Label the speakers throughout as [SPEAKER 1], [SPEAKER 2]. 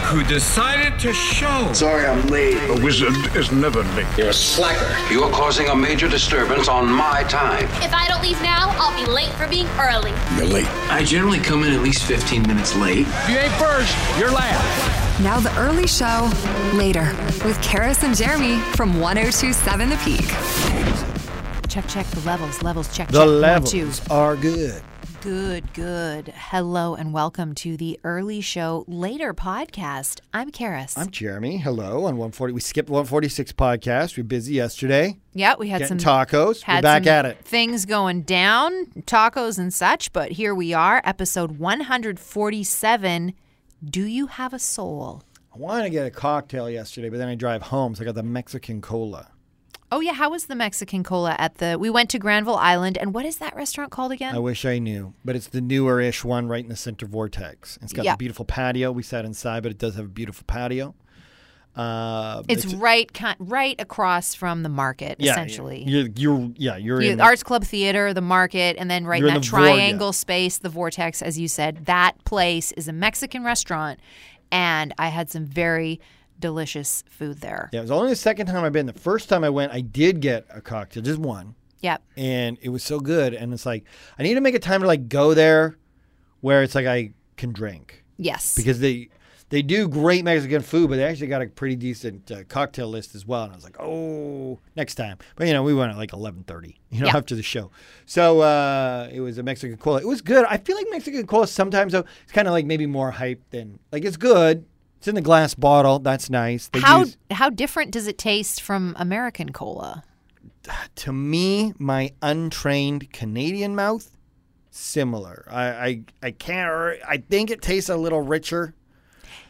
[SPEAKER 1] who decided to show.
[SPEAKER 2] Sorry I'm late.
[SPEAKER 3] A wizard is never late.
[SPEAKER 4] You're a slacker.
[SPEAKER 5] You're causing a major disturbance on my time.
[SPEAKER 6] If I don't leave now, I'll be late for being early.
[SPEAKER 3] You're late.
[SPEAKER 4] I generally come in at least 15 minutes late.
[SPEAKER 7] If you ain't first, you're last.
[SPEAKER 8] Now the early show, later, with Karis and Jeremy from 1027 The Peak.
[SPEAKER 9] Check, check the levels, levels, check,
[SPEAKER 10] The
[SPEAKER 9] check.
[SPEAKER 10] levels
[SPEAKER 9] One, two.
[SPEAKER 10] are good.
[SPEAKER 9] Good, good. Hello and welcome to the Early Show Later podcast. I'm Karis.
[SPEAKER 10] I'm Jeremy. Hello on 140. We skipped 146 podcast. We were busy yesterday.
[SPEAKER 9] yeah, we had some
[SPEAKER 10] Getting tacos. We're
[SPEAKER 9] Had
[SPEAKER 10] back
[SPEAKER 9] some
[SPEAKER 10] at it.
[SPEAKER 9] Things going down, tacos and such, but here we are, episode 147. Do you have a soul?
[SPEAKER 10] I wanted to get a cocktail yesterday, but then I drive home, so I got the Mexican cola.
[SPEAKER 9] Oh yeah, how was the Mexican cola at the? We went to Granville Island, and what is that restaurant called again?
[SPEAKER 10] I wish I knew, but it's the newer ish one right in the center vortex. It's got
[SPEAKER 9] Yeah.
[SPEAKER 10] a beautiful patio. We sat inside, but it does have a beautiful patio. Uh, but
[SPEAKER 9] it's, right, ki- right across from the market,
[SPEAKER 10] yeah,
[SPEAKER 9] essentially.
[SPEAKER 10] You're, you're, yeah, you're
[SPEAKER 9] You-
[SPEAKER 10] in.
[SPEAKER 9] Arts Club Theater, the market, and then right
[SPEAKER 10] You're
[SPEAKER 9] in
[SPEAKER 10] in
[SPEAKER 9] that
[SPEAKER 10] the Vortex.
[SPEAKER 9] triangle space, the Vortex, as you said, that place is a Mexican restaurant, and I had some very delicious food there.
[SPEAKER 10] yeah, it was only the second time I've been. The first time I went, I did get a cocktail, just one.
[SPEAKER 9] Yep.
[SPEAKER 10] and it was so good. And it's like I need to make a time to like go there, where it's like I can drink
[SPEAKER 9] Yes.
[SPEAKER 10] because they they do great Mexican food, but they actually got a pretty decent uh, cocktail list as well. And I was like, oh, next time. But you know, we went at like eleven thirty, you know,
[SPEAKER 9] Yeah.
[SPEAKER 10] after the show. So uh, it was a Mexican cola. It was good. I feel like Mexican cola sometimes though it's kind of like maybe more hype than like it's good. It's in the glass bottle. That's nice. They
[SPEAKER 9] how
[SPEAKER 10] use-
[SPEAKER 9] how different does it taste from American cola?
[SPEAKER 10] to me, my untrained Canadian mouth, similar. I I, I can't. r- I think it tastes a little richer.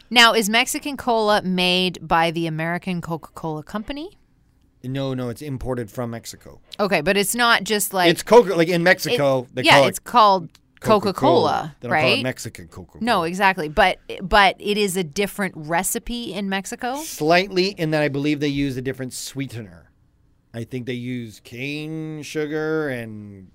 [SPEAKER 9] Now, is Mexican cola made by the American Coca Cola Company?
[SPEAKER 10] No, no, it's imported from Mexico.
[SPEAKER 9] Okay, but it's not just like
[SPEAKER 10] it's Coca. Like in
[SPEAKER 9] it-
[SPEAKER 10] Mexico, they
[SPEAKER 9] yeah,
[SPEAKER 10] call
[SPEAKER 9] it's
[SPEAKER 10] it
[SPEAKER 9] called Coca
[SPEAKER 10] Coca-Cola.
[SPEAKER 9] Cola,
[SPEAKER 10] They don't
[SPEAKER 9] right?
[SPEAKER 10] call it Mexican Coca.
[SPEAKER 9] no, exactly. But but it is a different recipe in Mexico.
[SPEAKER 10] slightly in that I believe they use a different sweetener. I think they use cane sugar and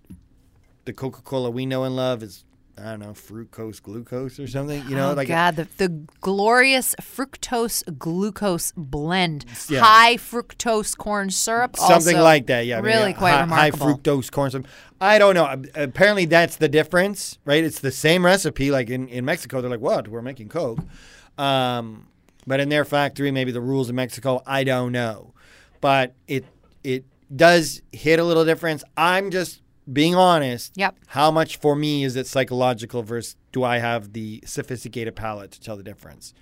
[SPEAKER 10] the Coca Cola we know and love is I don't know fructose, glucose, or something. You know,
[SPEAKER 9] oh
[SPEAKER 10] like
[SPEAKER 9] God, the, the glorious fructose glucose blend,
[SPEAKER 10] Yeah.
[SPEAKER 9] high fructose corn syrup,
[SPEAKER 10] something
[SPEAKER 9] also
[SPEAKER 10] like that. Yeah, I mean,
[SPEAKER 9] really
[SPEAKER 10] yeah,
[SPEAKER 9] quite
[SPEAKER 10] high,
[SPEAKER 9] remarkable.
[SPEAKER 10] High fructose corn syrup. I don't know. Ab- Apparently, that's the difference, right? It's the same recipe. Like in, in Mexico, they're like, "What? We're making Coke," um, but in their factory, maybe the rules in Mexico, I don't know. But it it does hit a little difference. I'm just being honest.
[SPEAKER 9] Yep.
[SPEAKER 10] How much for me is it psychological versus do I have the sophisticated palate to tell the difference?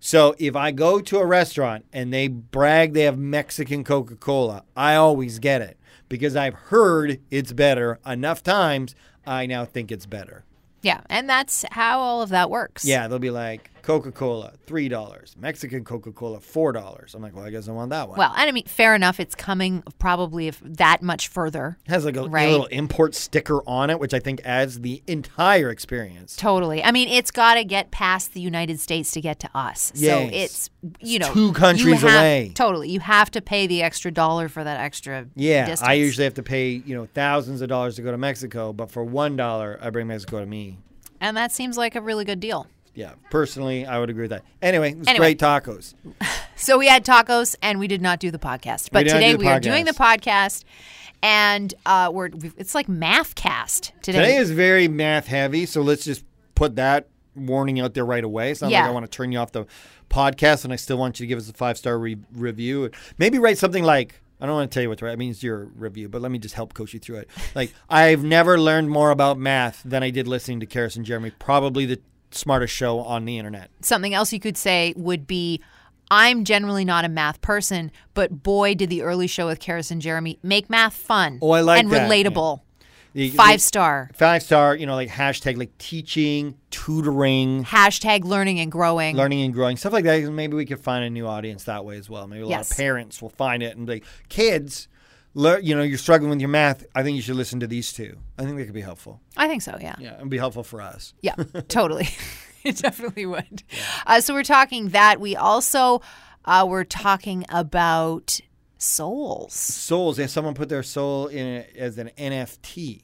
[SPEAKER 10] So if I go to a restaurant and they brag they have Mexican Coca Cola, I always get it because I've heard it's better enough times. I now think it's better.
[SPEAKER 9] yeah, and that's how all of that works.
[SPEAKER 10] Yeah, they'll be like Coca Cola three dollars, Mexican Coca Cola four dollars. I'm like, well, I guess I want that one.
[SPEAKER 9] Well, and I mean, fair enough. It's coming probably if that much further.
[SPEAKER 10] it has like a, a
[SPEAKER 9] right.
[SPEAKER 10] little import sticker on it, which I think adds the entire experience.
[SPEAKER 9] Totally. I mean, it's got to get past the United States to get to us.
[SPEAKER 10] Yes.
[SPEAKER 9] So it's you know
[SPEAKER 10] two
[SPEAKER 9] you
[SPEAKER 10] countries
[SPEAKER 9] have-
[SPEAKER 10] away.
[SPEAKER 9] Totally, you have to pay the extra dollar for that extra.
[SPEAKER 10] Yeah,
[SPEAKER 9] distance.
[SPEAKER 10] I usually have to pay you know thousands of dollars to go to Mexico, but for one dollar, I bring Mexico to me.
[SPEAKER 9] and that seems like a really good deal.
[SPEAKER 10] Yeah, personally, I would agree with that. Anyway, it was
[SPEAKER 9] Anyway.
[SPEAKER 10] great tacos.
[SPEAKER 9] So we had tacos and we did not do the podcast. But
[SPEAKER 10] did not
[SPEAKER 9] today
[SPEAKER 10] do the
[SPEAKER 9] we are doing the
[SPEAKER 10] podcast.
[SPEAKER 9] podcast and uh, we're we've- it's like math cast today.
[SPEAKER 10] Today is very math heavy, so let's just put that warning out there right away. It's not
[SPEAKER 9] Yeah.
[SPEAKER 10] like I want to turn you off the podcast, and I still want you to give us a five star re- review. Maybe write something like. I don't want to tell you what to write. I mean, it's your review, but let me just help coach you through it. Like, I've never learned more about math than I did listening to Karis and Jeremy, probably the smartest show on the internet.
[SPEAKER 9] something else you could say would be I'm generally not a math person, but boy did the early show with Karis and Jeremy make math fun
[SPEAKER 10] Oh, I like
[SPEAKER 9] and
[SPEAKER 10] that, yeah.
[SPEAKER 9] relatable.
[SPEAKER 10] The- the-
[SPEAKER 9] Five star.
[SPEAKER 10] Five star, you know, like hashtag like teaching, tutoring,
[SPEAKER 9] Hashtag learning and growing.
[SPEAKER 10] learning and growing stuff like that. 'cause Maybe we could find a new audience that way as well. Maybe a lot
[SPEAKER 9] Yes.
[SPEAKER 10] of parents will find it and be like, kids, lear- you know, you're struggling with your math. I think you should listen to these two. I think they could be helpful.
[SPEAKER 9] I think so, yeah.
[SPEAKER 10] Yeah, and be helpful for us.
[SPEAKER 9] Yeah, totally. it definitely would. Uh, so we're talking that. We also uh, were talking about souls.
[SPEAKER 10] Souls. If someone put their soul in it as an NFT,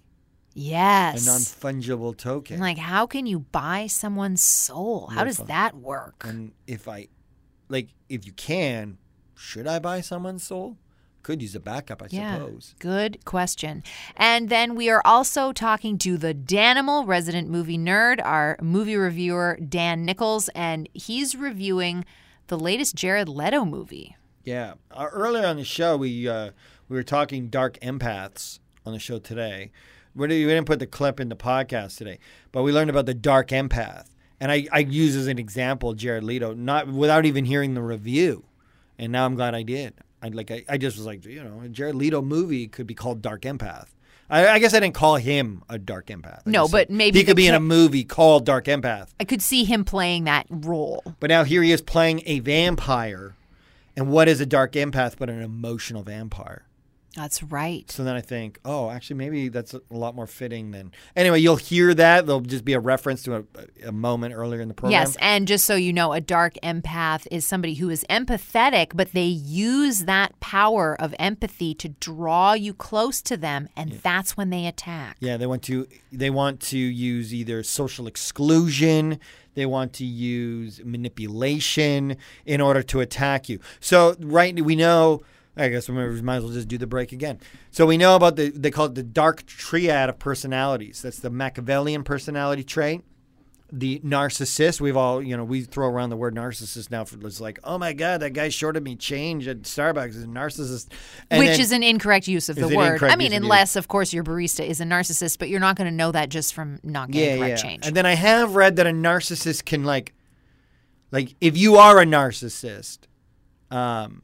[SPEAKER 9] Yes.
[SPEAKER 10] a non-fungible token.
[SPEAKER 9] like, how can you buy someone's soul? How does that work?
[SPEAKER 10] and if I, like, if you can, should I buy someone's soul? Could use a backup, I suppose.
[SPEAKER 9] Good question. And then we are also talking to the Danimal resident movie nerd, our movie reviewer, Dan Nichols, and he's reviewing the latest Jared Leto movie.
[SPEAKER 10] Yeah. Uh, earlier on the show, we uh, we were talking dark empaths on the show today. We didn't we didn't put the clip in the podcast today, but we learned about the dark empath, and I, I use as an example Jared Leto, not without even hearing the review, and now I'm glad I did. I like I, I just was like you know a Jared Leto movie could be called Dark Empath. I, I guess I didn't call him a dark empath. I
[SPEAKER 9] No,
[SPEAKER 10] just
[SPEAKER 9] but
[SPEAKER 10] said
[SPEAKER 9] maybe
[SPEAKER 10] he could
[SPEAKER 9] the
[SPEAKER 10] be in
[SPEAKER 9] ca-
[SPEAKER 10] a movie called Dark Empath.
[SPEAKER 9] I could see him playing that role.
[SPEAKER 10] But now here he is playing a vampire. And what is a dark empath but an emotional vampire?
[SPEAKER 9] That's right.
[SPEAKER 10] So then I think, oh, actually, maybe that's a lot more fitting than. Anyway, you'll hear that. There'll just be a reference to a, a moment earlier in the program.
[SPEAKER 9] Yes, and just so you know, a dark empath is somebody who is empathetic, but they use that power of empathy to draw you close to them, and that's when they attack.
[SPEAKER 10] Yeah, they want to. They want to use either social exclusion. They want to use manipulation in order to attack you. So right, we know. I guess we might as well just do the break again. So we know about the. They call it the dark triad of personalities. That's the Machiavellian personality trait. The narcissist. We've all, you know, we throw around the word narcissist now. For it's like, oh my god, that guy shorted me change at Starbucks. Is a narcissist, And
[SPEAKER 9] Which
[SPEAKER 10] then-
[SPEAKER 9] is an incorrect use of the
[SPEAKER 10] Is an
[SPEAKER 9] word. I
[SPEAKER 10] incorrect
[SPEAKER 9] mean,
[SPEAKER 10] use of the-
[SPEAKER 9] unless, of course, your barista is a narcissist, but you're not going to know that just from not getting correct change.
[SPEAKER 10] And then I have read that a narcissist can like, like if you are a narcissist, um,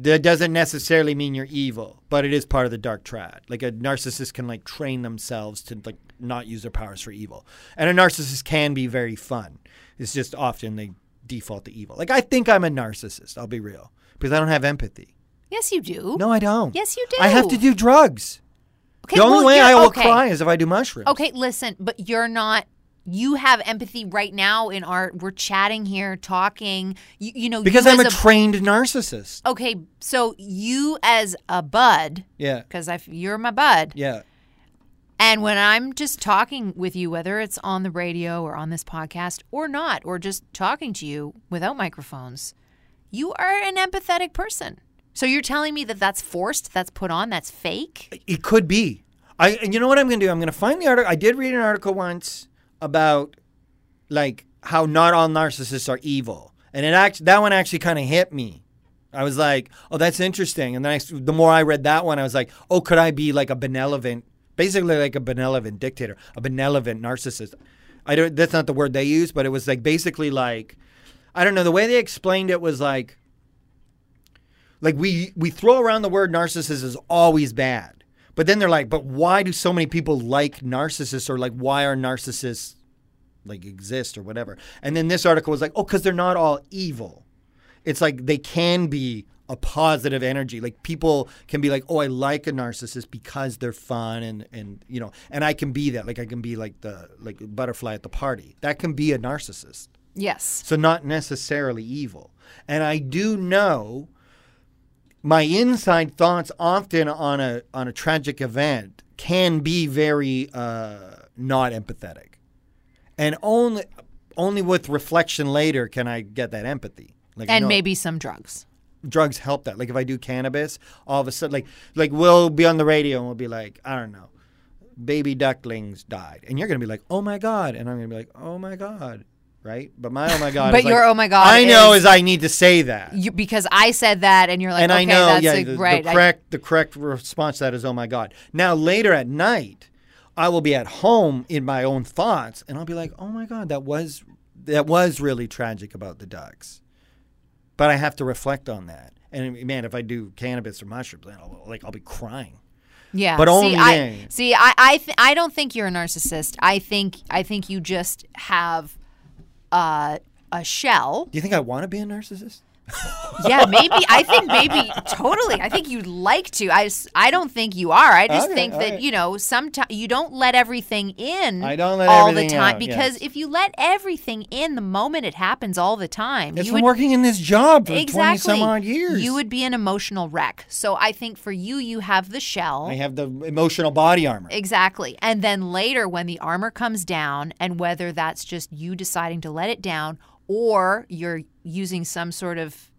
[SPEAKER 10] that doesn't necessarily mean you're evil, but it is part of the dark triad. Like a narcissist can like train themselves to like not use their powers for evil, and a narcissist can be very fun. It's just often they default to evil. Like I think I'm a narcissist. I'll be real because I don't have empathy.
[SPEAKER 9] yes, you do.
[SPEAKER 10] No, I don't.
[SPEAKER 9] Yes, you
[SPEAKER 10] I have
[SPEAKER 9] do.
[SPEAKER 10] to do drugs.
[SPEAKER 9] okay,
[SPEAKER 10] the only
[SPEAKER 9] well,
[SPEAKER 10] way
[SPEAKER 9] you're-
[SPEAKER 10] I will
[SPEAKER 9] okay.
[SPEAKER 10] cry is if I do mushrooms.
[SPEAKER 9] Okay, listen, but you're not. You have empathy right now in our. We're chatting here, talking. You, you know,
[SPEAKER 10] Because
[SPEAKER 9] you
[SPEAKER 10] I'm a
[SPEAKER 9] as
[SPEAKER 10] trained narcissist.
[SPEAKER 9] okay, so you as a bud,
[SPEAKER 10] Yeah.
[SPEAKER 9] because I you're my bud,
[SPEAKER 10] Yeah.
[SPEAKER 9] and when I'm just talking with you, whether it's on the radio or on this podcast or not, or just talking to you without microphones, you are an empathetic person. So you're telling me that that's forced, that's put on, that's fake.
[SPEAKER 10] It could be. I and you know what I'm going to do? I'm going to find the article. I did read an article once about like how not all narcissists are evil. And it act that one actually kind of hit me. I was like, "Oh, that's interesting." And then I s the more I read that one, I was like, "Oh, could I be like a benevolent basically like a benevolent dictator, a benevolent narcissist?" I don't that's not the word they use, but it was like basically like I don't know, the way they explained it was like like we we throw around the word narcissist is always bad but then they're like but why do so many people like narcissists or like why are narcissists like exist or whatever and then this article was like oh because they're not all evil it's like they can be a positive energy like people can be like oh i like a narcissist because they're fun and and you know and i can be that like i can be like the like butterfly at the party that can be a narcissist
[SPEAKER 9] Yes.
[SPEAKER 10] so not necessarily evil. And I do know my inside thoughts often on a on a tragic event can be very uh, not empathetic, and only only with reflection later can I get that empathy. Like I
[SPEAKER 9] And
[SPEAKER 10] know-
[SPEAKER 9] maybe some drugs.
[SPEAKER 10] drugs help that. Like if I do cannabis, all of a sudden, like like we'll be on the radio and we'll be like, I don't know, baby ducklings died, and you're gonna be like, oh my god, and I'm gonna be like, oh my god, right? But my oh my god,
[SPEAKER 9] But
[SPEAKER 10] is like-
[SPEAKER 9] your oh my God
[SPEAKER 10] I know
[SPEAKER 9] is-
[SPEAKER 10] is I need to say that,
[SPEAKER 9] You, because I said that, and you're like,
[SPEAKER 10] and
[SPEAKER 9] okay,
[SPEAKER 10] I know
[SPEAKER 9] that's
[SPEAKER 10] yeah,
[SPEAKER 9] a,
[SPEAKER 10] the,
[SPEAKER 9] right.
[SPEAKER 10] the
[SPEAKER 9] I-
[SPEAKER 10] correct the correct response to that is oh my god. Now later at night, I will be at home in my own thoughts, and I'll be like, oh my god, that was that was really tragic about the ducks but I have to reflect on that. And man, if I do cannabis or mushrooms, then I'll, like I'll be crying.
[SPEAKER 9] Yeah,
[SPEAKER 10] But
[SPEAKER 9] see,
[SPEAKER 10] only
[SPEAKER 9] I,
[SPEAKER 10] then.
[SPEAKER 9] See, I, I, th- I don't think you're a narcissist. I think, I think you just have uh, a shell.
[SPEAKER 10] Do you think I want to be a narcissist?
[SPEAKER 9] Yeah, maybe. I think maybe totally. I think you'd like to. I, s- I don't think you are. I just
[SPEAKER 10] Okay,
[SPEAKER 9] think that
[SPEAKER 10] alright.
[SPEAKER 9] you know sometimes you don't let everything in.
[SPEAKER 10] I don't let
[SPEAKER 9] all
[SPEAKER 10] everything
[SPEAKER 9] the time
[SPEAKER 10] out,
[SPEAKER 9] because
[SPEAKER 10] yes.
[SPEAKER 9] if you let everything in the moment it happens all the time,
[SPEAKER 10] It's
[SPEAKER 9] you
[SPEAKER 10] been
[SPEAKER 9] would
[SPEAKER 10] working in this job for
[SPEAKER 9] exactly
[SPEAKER 10] 20 some odd years.
[SPEAKER 9] You would be an emotional wreck. So I think for you, you have the shell.
[SPEAKER 10] I have the emotional body armor.
[SPEAKER 9] Exactly. And then later, when the armor comes down, and whether that's just you deciding to let it down or you're using some sort of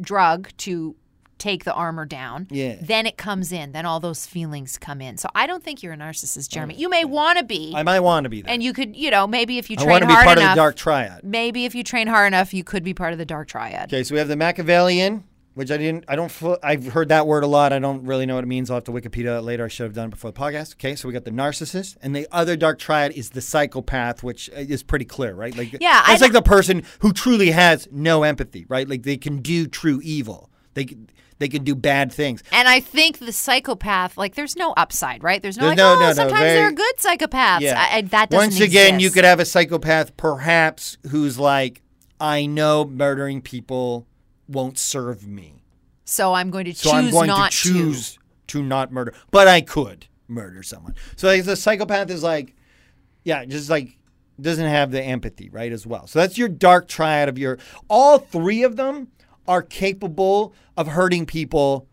[SPEAKER 9] drug to take the armor down,
[SPEAKER 10] Yeah.
[SPEAKER 9] then it comes in. Then all those feelings come in. So I don't think you're a narcissist, Jeremy. You may want to be.
[SPEAKER 10] I might want to be that.
[SPEAKER 9] and you could, you know, maybe if you
[SPEAKER 10] I
[SPEAKER 9] train
[SPEAKER 10] want to be
[SPEAKER 9] hard
[SPEAKER 10] part
[SPEAKER 9] enough,
[SPEAKER 10] of the dark triad.
[SPEAKER 9] maybe if you train hard enough, you could be part of the dark triad.
[SPEAKER 10] Okay, so we have the Machiavellian, which I didn't, I don't, fu- I've heard that word a lot. I don't really know what it means. I'll have to Wikipedia it later. I should have done it before the podcast. Okay, so we got the narcissist, and the other dark triad is the psychopath, which uh, is pretty clear, right? Like,
[SPEAKER 9] Yeah, I
[SPEAKER 10] that's like
[SPEAKER 9] don't-
[SPEAKER 10] the person who truly has no empathy, right? Like they can do true evil. They can- they can do bad things.
[SPEAKER 9] And I think the psychopath, like, there's no upside, right? There's no, like,
[SPEAKER 10] There's no-
[SPEAKER 9] oh,
[SPEAKER 10] no, no,
[SPEAKER 9] sometimes
[SPEAKER 10] very-
[SPEAKER 9] there are good psychopaths. I, I, that doesn't
[SPEAKER 10] Once again, you
[SPEAKER 9] exist.
[SPEAKER 10] could have a psychopath, perhaps, who's like, I know murdering people won't serve me,
[SPEAKER 9] So I'm going to choose
[SPEAKER 10] so I'm going to
[SPEAKER 9] not
[SPEAKER 10] choose to. not murder, but I could murder someone. So like, the psychopath is like, yeah, just like doesn't have the empathy, right? As well. So that's your dark triad of your. All three of them are capable of hurting people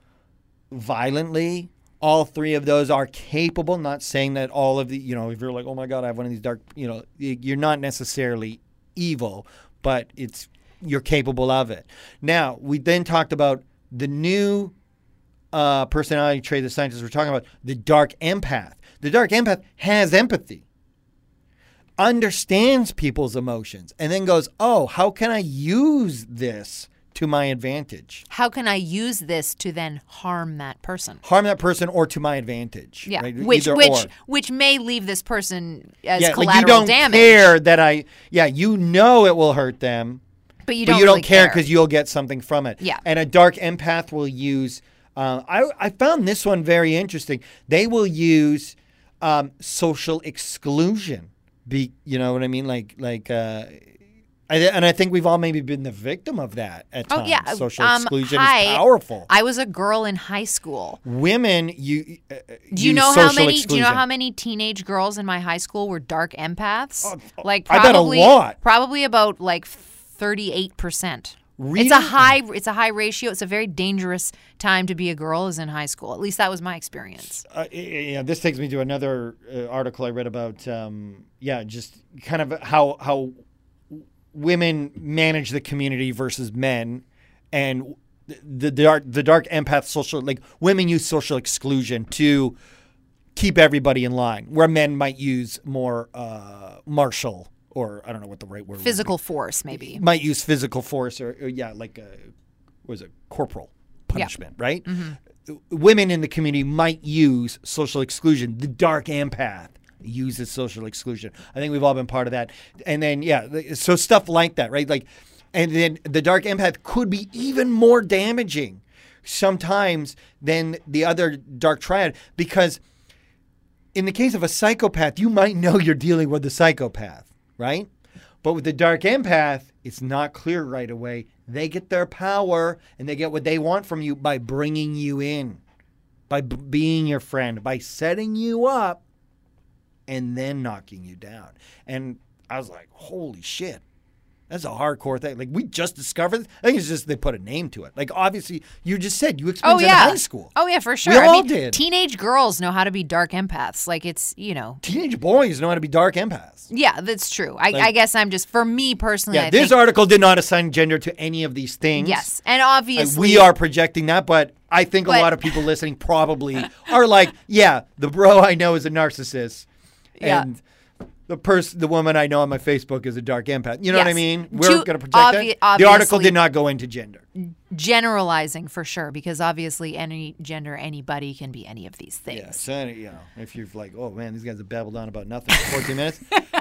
[SPEAKER 10] violently. All three of those are capable. Not saying that all of the, you know, if you're like, oh my God, I have one of these dark, you know, y- you're not necessarily evil, but it's you're capable of it. Now we then talked about the new uh, personality trait that scientists were talking about, the dark empath. The dark empath has empathy, understands people's emotions, and then goes, oh, how can I use this to my advantage?
[SPEAKER 9] How can I use this to then harm that person?
[SPEAKER 10] harm that person or to my advantage.
[SPEAKER 9] Yeah,
[SPEAKER 10] right?
[SPEAKER 9] which
[SPEAKER 10] Either
[SPEAKER 9] which
[SPEAKER 10] or.
[SPEAKER 9] which may leave this person as
[SPEAKER 10] yeah,
[SPEAKER 9] collateral
[SPEAKER 10] like you don't
[SPEAKER 9] damage,
[SPEAKER 10] care that I. Yeah, you know it will hurt them,
[SPEAKER 9] but you
[SPEAKER 10] but
[SPEAKER 9] don't
[SPEAKER 10] you don't
[SPEAKER 9] really
[SPEAKER 10] care because you'll get something from it.
[SPEAKER 9] Yeah.
[SPEAKER 10] and a dark empath will use. Um, I I found this one very interesting. They will use um, social exclusion. Be you know what I mean? Like like. Uh, I, and I think we've all maybe been the victim of that at
[SPEAKER 9] Oh
[SPEAKER 10] times.
[SPEAKER 9] yeah,
[SPEAKER 10] Social
[SPEAKER 9] um,
[SPEAKER 10] exclusion
[SPEAKER 9] hi,
[SPEAKER 10] is powerful.
[SPEAKER 9] I was a girl in high school.
[SPEAKER 10] Women, you uh,
[SPEAKER 9] Do you
[SPEAKER 10] use
[SPEAKER 9] know how
[SPEAKER 10] social
[SPEAKER 9] many? Do you know
[SPEAKER 10] exclusion.
[SPEAKER 9] how many teenage girls in my high school were dark empaths? like
[SPEAKER 10] Oh, I bet a
[SPEAKER 9] probably
[SPEAKER 10] lot.
[SPEAKER 9] Probably about like thirty-eight percent. It's
[SPEAKER 10] Really?
[SPEAKER 9] a high. It's a high ratio. It's a very dangerous time to be a girl is in high school. At least that was my experience.
[SPEAKER 10] uh, y- y- yeah, this takes me to another uh, article I read about. Um, yeah, just kind of how how women manage the community versus men, and the, the dark the dark empath social like women use social exclusion to keep everybody in line, where men might use more uh, martial or I don't know what the right word would be.
[SPEAKER 9] Physical force, maybe.
[SPEAKER 10] might use physical force or, or yeah, like a was a corporal punishment, right? Women in the community might use social exclusion. The dark empath uses social exclusion. I think we've all been part of that. And then yeah, th- so stuff like that, right? Like, and then the dark empath could be even more damaging sometimes than the other dark triad because in the case of a psychopath, you might know you're dealing with a psychopath, right? But with the dark empath, it's not clear right away. They get their power and they get what they want from you by bringing you in, by b- being your friend, by setting you up and then knocking you down. And I was like, holy shit. That's a hardcore thing. Like we just discovered. this. I think it's just they put a name to it. Like obviously, you just said you
[SPEAKER 9] Oh
[SPEAKER 10] experienced it
[SPEAKER 9] yeah,
[SPEAKER 10] in high school.
[SPEAKER 9] Oh yeah, for sure.
[SPEAKER 10] We
[SPEAKER 9] I
[SPEAKER 10] all
[SPEAKER 9] mean,
[SPEAKER 10] did.
[SPEAKER 9] Teenage girls know how to be dark empaths. Like it's you know,
[SPEAKER 10] Teenage boys know how to be dark empaths.
[SPEAKER 9] yeah, that's true. I, I
[SPEAKER 10] Like-
[SPEAKER 9] guess I'm just for me personally.
[SPEAKER 10] Yeah,
[SPEAKER 9] I
[SPEAKER 10] this
[SPEAKER 9] think,
[SPEAKER 10] article did not assign gender to any of these things.
[SPEAKER 9] yes, and
[SPEAKER 10] Uh,
[SPEAKER 9] obviously
[SPEAKER 10] we are projecting that, but I think a
[SPEAKER 9] But-
[SPEAKER 10] lot of people listening probably are like, yeah, the bro I know is a narcissist.
[SPEAKER 9] Yeah.
[SPEAKER 10] And the person, the woman I know on my Facebook is a dark empath. You know what I
[SPEAKER 9] Yes.
[SPEAKER 10] mean?
[SPEAKER 9] Too
[SPEAKER 10] We're going to project
[SPEAKER 9] obvi-
[SPEAKER 10] that. The article
[SPEAKER 9] obviously-
[SPEAKER 10] did not go into gender.
[SPEAKER 9] generalizing for sure because obviously any gender, anybody can be any of these things.
[SPEAKER 10] Yeah, so, you know, if you're like, oh man, these guys have babbled on about nothing for 14 minutes,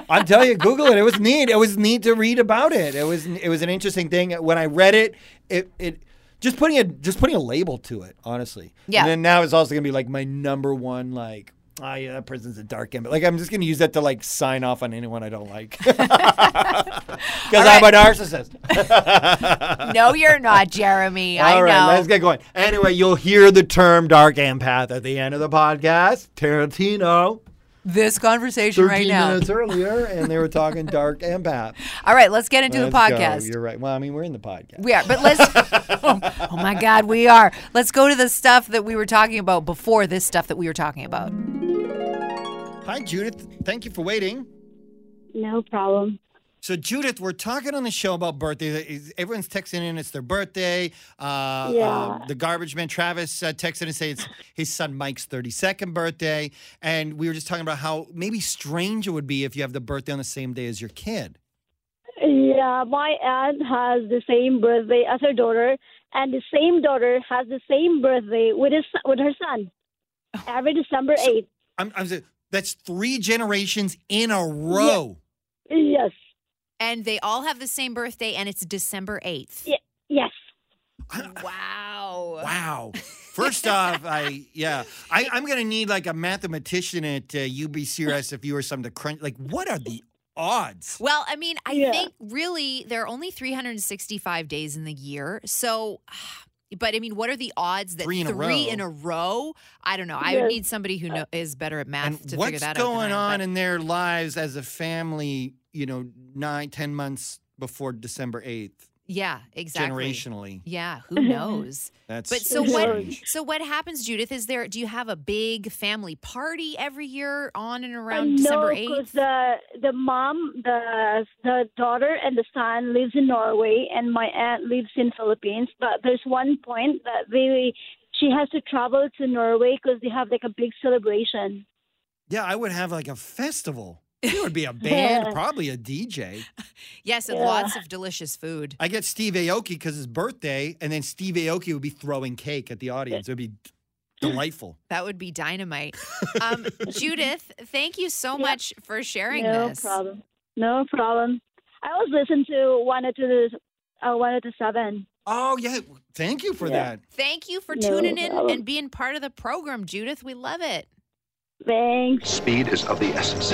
[SPEAKER 10] I'm telling you, Google it. It was neat. It was neat to read about it. It was it was an interesting thing. When I read it, it it just putting a just putting a label to it, honestly.
[SPEAKER 9] Yeah.
[SPEAKER 10] And then now it's also gonna be like my number one like oh yeah, that person's a dark end. But like, I'm just gonna use that to like sign off on anyone I don't like because I'm a
[SPEAKER 9] right.
[SPEAKER 10] narcissist.
[SPEAKER 9] No, you're not, Jeremy. I
[SPEAKER 10] All right,
[SPEAKER 9] know.
[SPEAKER 10] let's get going. Anyway, you'll hear the term dark empath at the end of the podcast. Tarantino,
[SPEAKER 9] this conversation
[SPEAKER 10] 13
[SPEAKER 9] right now.
[SPEAKER 10] minutes earlier, and they were talking dark empath.
[SPEAKER 9] All right, let's get into the
[SPEAKER 10] Let's go.
[SPEAKER 9] podcast.
[SPEAKER 10] You're right. Well, I mean, we're in the podcast.
[SPEAKER 9] We are, but let's. oh, oh my God, we are. Let's go to the stuff that we were talking about before this stuff that we were talking about.
[SPEAKER 10] Hi, Judith. Thank you for waiting.
[SPEAKER 2] No problem.
[SPEAKER 10] So, Judith, we're talking on the show about birthdays. Uh, Everyone's texting in; it's their birthday. Uh,
[SPEAKER 2] Yeah.
[SPEAKER 10] um, the garbage man Travis uh, texted and say it's his son Mike's thirty-second birthday, and we were just talking about how maybe strange it would be if you have the birthday on the same day as your kid.
[SPEAKER 2] Yeah, my aunt has the same birthday as her daughter, and the same daughter has the same birthday with his with her son. Every December eighth.
[SPEAKER 10] I'm, I'm s- that's three generations in a row.
[SPEAKER 2] Yes,
[SPEAKER 9] And they all have the same birthday, and it's December 8th.
[SPEAKER 2] Ye- yes.
[SPEAKER 9] Wow.
[SPEAKER 10] Wow. First off, I yeah, I, I'm gonna need like a mathematician at uh, UBCRS if you were some to crunch. Like, what are the odds?
[SPEAKER 9] Well, I mean, I
[SPEAKER 2] Yeah.
[SPEAKER 9] think really there are only 365 days in the year. So, but I mean, what are the odds that
[SPEAKER 10] Three in a row.
[SPEAKER 9] in a row? I don't know. I would
[SPEAKER 2] Yes. Uh,
[SPEAKER 9] need somebody who know, is better at math
[SPEAKER 10] and
[SPEAKER 9] to
[SPEAKER 10] what's
[SPEAKER 9] figure that out. than
[SPEAKER 10] going
[SPEAKER 9] I am,
[SPEAKER 10] on
[SPEAKER 9] but-
[SPEAKER 10] in their lives as a family you know nine ten months before december 8th
[SPEAKER 9] yeah, exactly.
[SPEAKER 10] generationally
[SPEAKER 9] Yeah, who knows?
[SPEAKER 10] that's
[SPEAKER 9] But so what?
[SPEAKER 10] strange.
[SPEAKER 9] So what happens, Judith? Is there? Do you have a big family party every year on and
[SPEAKER 2] Uh,
[SPEAKER 9] around December
[SPEAKER 2] no,
[SPEAKER 9] eighth?
[SPEAKER 2] because the the mom, the the daughter, and the son lives in Norway, and my aunt lives in Philippines. But there's one point that they she has to travel to Norway because they have like a big celebration.
[SPEAKER 10] yeah i would have like a festival there would be a band probably a dj
[SPEAKER 9] Yes, and lots of delicious food.
[SPEAKER 10] i get steve aoki because his birthday and then steve aoki would be throwing cake at the audience it would be delightful
[SPEAKER 9] That would be dynamite. Um, Judith, thank you so much for sharing
[SPEAKER 2] no
[SPEAKER 9] this.
[SPEAKER 2] problem. No problem. I always listen to one or two, uh, one or two seven.
[SPEAKER 10] oh yeah thank you for that
[SPEAKER 9] Thank you for
[SPEAKER 2] No
[SPEAKER 9] tuning in
[SPEAKER 2] problem.
[SPEAKER 9] and being part of the program, Judith. We love it.
[SPEAKER 2] Thanks.
[SPEAKER 5] Speed is of the essence.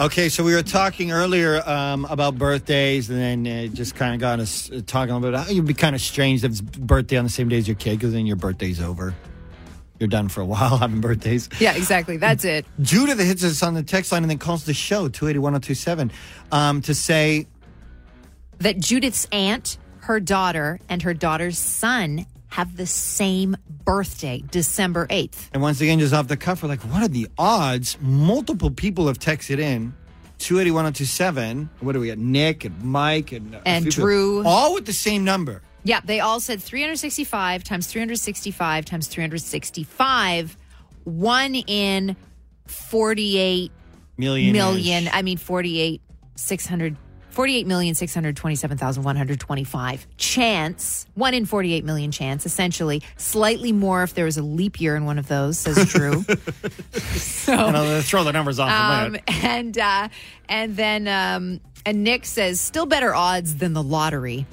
[SPEAKER 10] Okay, so we were talking earlier um, about birthdays, and then it just kind of got us uh, talking a little bit. How It'd be kind of strange if it's birthday on the same day as your kid, because then your birthday's over. You're done for a while having birthdays.
[SPEAKER 9] Yeah, exactly. That's it.
[SPEAKER 10] Judith hits us on the text line and then calls the show, 280-1027, um, to say,
[SPEAKER 9] That Judith's aunt, her daughter, and her daughter's son have the same birthday, December 8th.
[SPEAKER 10] and once again, just off the cuff, we're like, what are the odds? Multiple people have texted in. 280-1027. What do we got? Nick and Mike and, a
[SPEAKER 9] And
[SPEAKER 10] few people-
[SPEAKER 9] Drew.
[SPEAKER 10] All with the same number.
[SPEAKER 9] Yeah, they all said 365 times 365 times 365, one in 48
[SPEAKER 10] Million.
[SPEAKER 9] million. I mean, 48, 600, 48,627,125 chance, one in 48 million chance, essentially. Slightly more if there was a leap year in one of those, says Drew.
[SPEAKER 10] And I'll throw the numbers off the
[SPEAKER 9] um, and, uh, and then, um, and Nick says, still better odds than the lottery,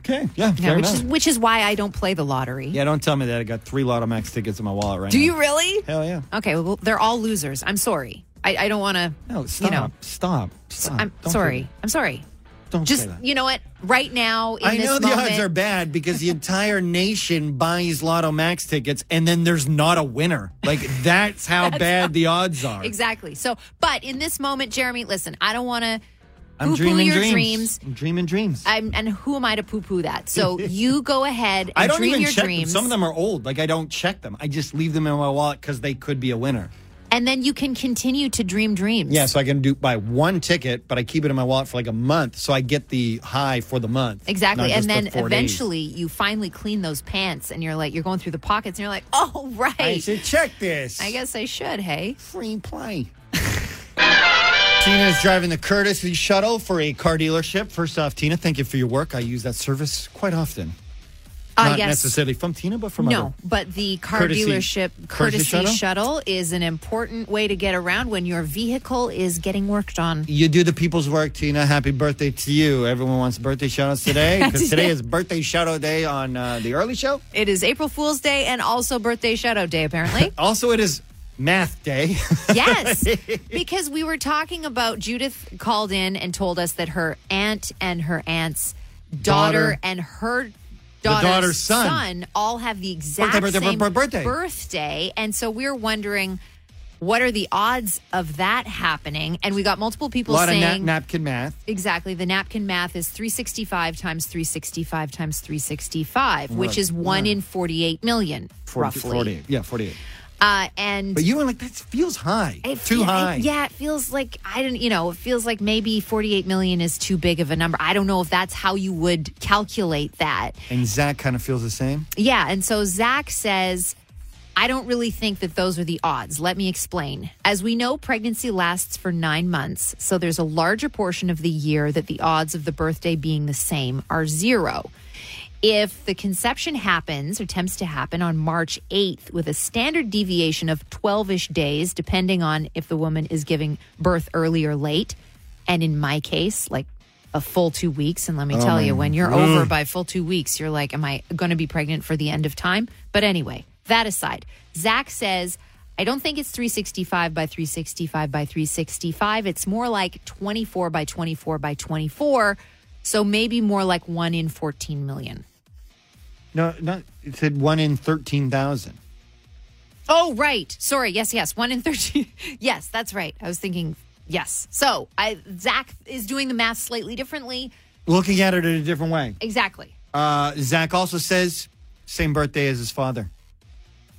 [SPEAKER 10] Okay. Yeah.
[SPEAKER 9] Yeah,
[SPEAKER 10] fair
[SPEAKER 9] which,
[SPEAKER 10] enough.
[SPEAKER 9] is, which is why I don't play the lottery.
[SPEAKER 10] yeah. Don't tell me that. I got three Lotto Max tickets in my wallet right
[SPEAKER 9] Do
[SPEAKER 10] now.
[SPEAKER 9] you really?
[SPEAKER 10] Hell yeah.
[SPEAKER 9] Okay, well, they're all losers. I'm sorry. I, I don't want to.
[SPEAKER 10] No. Stop.
[SPEAKER 9] You know,
[SPEAKER 10] stop. Stop.
[SPEAKER 9] I'm
[SPEAKER 10] Don't say
[SPEAKER 9] sorry.
[SPEAKER 10] that.
[SPEAKER 9] I'm sorry.
[SPEAKER 10] Don't
[SPEAKER 9] Just
[SPEAKER 10] say that.
[SPEAKER 9] you know what? Right now, in
[SPEAKER 10] I
[SPEAKER 9] this
[SPEAKER 10] know the
[SPEAKER 9] moment,
[SPEAKER 10] odds are bad because the entire nation buys Lotto Max tickets and then there's not a winner. Like that's how bad the odds are.
[SPEAKER 9] Exactly. So, but in this moment, Jeremy, listen, I don't want to
[SPEAKER 10] I'm
[SPEAKER 9] poo poo
[SPEAKER 10] dreaming
[SPEAKER 9] your
[SPEAKER 10] dreams.
[SPEAKER 9] dreams.
[SPEAKER 10] I'm dreaming dreams.
[SPEAKER 9] I'm, and who am I to poo poo that? So you go ahead and
[SPEAKER 10] I don't
[SPEAKER 9] dream
[SPEAKER 10] even
[SPEAKER 9] your
[SPEAKER 10] check
[SPEAKER 9] dreams.
[SPEAKER 10] them. Some of them are old. Like I don't check them. I just leave them in my wallet because they could be a winner.
[SPEAKER 9] And then you can continue to dream dreams.
[SPEAKER 10] Yeah, so I can do buy one ticket, but I keep it in my wallet for like a month, so I get the high for the month.
[SPEAKER 9] Exactly.
[SPEAKER 10] not
[SPEAKER 9] And
[SPEAKER 10] just the
[SPEAKER 9] then
[SPEAKER 10] four days.
[SPEAKER 9] eventually you finally clean those pants and you're like, you're going through the pockets and you're like, oh, right.
[SPEAKER 10] I should check this.
[SPEAKER 9] I guess I should, hey?
[SPEAKER 10] free play. Tina is driving the courtesy shuttle for a car dealership. First off, Tina, thank you for your work. I use that service quite often.
[SPEAKER 3] Uh,
[SPEAKER 10] Not
[SPEAKER 3] yes.
[SPEAKER 10] necessarily from Tina, but from
[SPEAKER 3] No,
[SPEAKER 10] other-
[SPEAKER 3] but the car
[SPEAKER 10] Courtesy-
[SPEAKER 3] dealership courtesy,
[SPEAKER 10] courtesy
[SPEAKER 3] shuttle?
[SPEAKER 10] shuttle?
[SPEAKER 3] is an important way to get around when your vehicle is getting worked on.
[SPEAKER 10] You do the people's work, Tina. Happy birthday to you. Everyone wants birthday shout outs today because today is birthday shout out day on uh, the early show.
[SPEAKER 3] It is April Fool's Day and also Birthday Shadow Day, apparently.
[SPEAKER 10] Also, it is math day.
[SPEAKER 3] yes, because we were talking about Judith called in and told us that her aunt and her aunt's daughter,
[SPEAKER 10] Daughter.
[SPEAKER 3] and her daughter's,
[SPEAKER 10] daughter's son.
[SPEAKER 3] all have the exact
[SPEAKER 10] Birthday, birthday,
[SPEAKER 3] same
[SPEAKER 10] bir- birthday.
[SPEAKER 3] birthday, and so we're wondering. What are the odds of that happening? And we got multiple
[SPEAKER 10] A
[SPEAKER 3] people
[SPEAKER 10] lot of
[SPEAKER 3] saying
[SPEAKER 10] na- napkin math.
[SPEAKER 3] Exactly. The napkin math is 365 times 365 times 365, which is 1 in 48 million,
[SPEAKER 10] 40
[SPEAKER 3] roughly.
[SPEAKER 10] 48. Yeah, 48.
[SPEAKER 3] Uh, and
[SPEAKER 10] But you were like, that feels high.
[SPEAKER 3] it
[SPEAKER 10] Too
[SPEAKER 3] feel- it-
[SPEAKER 10] high.
[SPEAKER 3] yeah, it feels like, I don't, you know, it feels like maybe 48 million is too big of a number. I don't know if that's how you would calculate that.
[SPEAKER 10] And Zach kind of feels the same.
[SPEAKER 3] Yeah. And so Zach says, I don't really think that those are the odds. Let me explain. As we know, pregnancy lasts for nine months. So there's a larger portion of the year that the odds of the birthday being the same are zero. If the conception happens or attempts to happen on March 8th with a standard deviation of 12 ish days, depending on if the woman is giving birth early or late, and in my case, like a full two weeks. And let me tell you, when you're over by full two weeks, you're like, am I going to be pregnant for the end of time? But anyway, that aside, Zach says, I don't think it's 365 by 365 by 365. It's more like 24 by 24 by 24. So maybe more like one in 14 million.
[SPEAKER 10] No, not. It said one in 13,000.
[SPEAKER 3] Oh, right. Sorry. Yes, yes. One in 13. yes, that's right. I was thinking, yes. So I, Zach is doing the math slightly differently.
[SPEAKER 10] Looking at it in a different way.
[SPEAKER 3] Exactly.
[SPEAKER 10] Uh, Zach also says, same birthday as his father.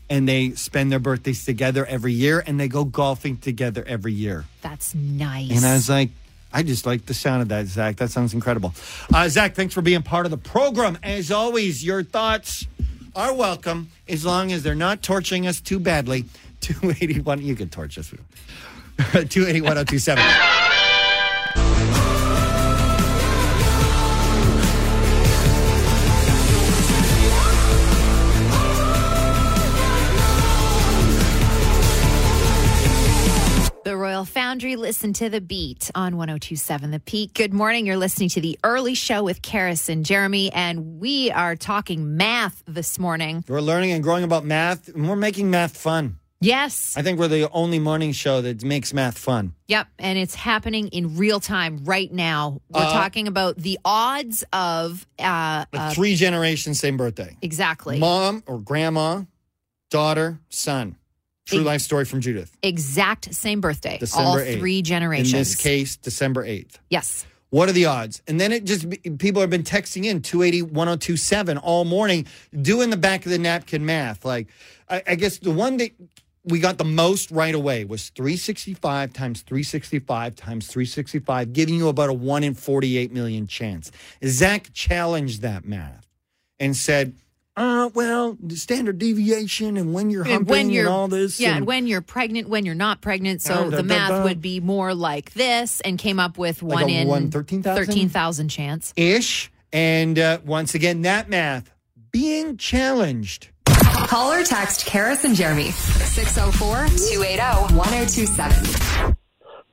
[SPEAKER 10] And they spend their birthdays together every year and they go golfing together every year.
[SPEAKER 3] That's nice.
[SPEAKER 10] And I was like, I just like the sound of that, Zach. That sounds incredible. Uh, Zach, thanks for being part of the program. As always, your thoughts are welcome as long as they're not torching us too badly. 281, you can torch us. oh 281
[SPEAKER 3] The Royal Foundry, listen to the beat on 1027 The Peak. Good morning. You're listening to the early show with Karis and Jeremy, and we are talking math this morning.
[SPEAKER 10] We're learning and growing about math, and we're making math fun.
[SPEAKER 3] Yes.
[SPEAKER 10] I think we're the only morning show that makes math fun.
[SPEAKER 3] Yep. And it's happening in real time right now. We're
[SPEAKER 10] Uh,
[SPEAKER 3] talking about the odds of uh,
[SPEAKER 10] Like three generations, same birthday.
[SPEAKER 3] exactly.
[SPEAKER 10] Mom or grandma, daughter, son. True
[SPEAKER 3] Ex-
[SPEAKER 10] life story from Judith.
[SPEAKER 3] exact same birthday.
[SPEAKER 10] December
[SPEAKER 3] all
[SPEAKER 10] 8th.
[SPEAKER 3] three generations.
[SPEAKER 10] In this case, December 8th.
[SPEAKER 3] Yes.
[SPEAKER 10] What are the odds? And then it just, people have been texting in 280 1027 all morning, doing the back of the napkin math. Like, I, I guess the one that we got the most right away was 365 times 365 times 365, giving you about a 1 in 48 million chance. Zach challenged that math and said, uh, well, the standard deviation and when you're humping and, all this.
[SPEAKER 3] yeah, and
[SPEAKER 10] and-
[SPEAKER 3] when you're pregnant, when you're not pregnant. So
[SPEAKER 10] Da, da,
[SPEAKER 3] the
[SPEAKER 10] da,
[SPEAKER 3] math
[SPEAKER 10] da.
[SPEAKER 3] would be more like this, and came up with
[SPEAKER 10] Like
[SPEAKER 3] one
[SPEAKER 10] a
[SPEAKER 3] in
[SPEAKER 10] one 13,000?
[SPEAKER 3] 13,000 chance.
[SPEAKER 10] ish. And uh, once again, that math being challenged.
[SPEAKER 8] Call or text Karis and Jeremy 604 280 1027.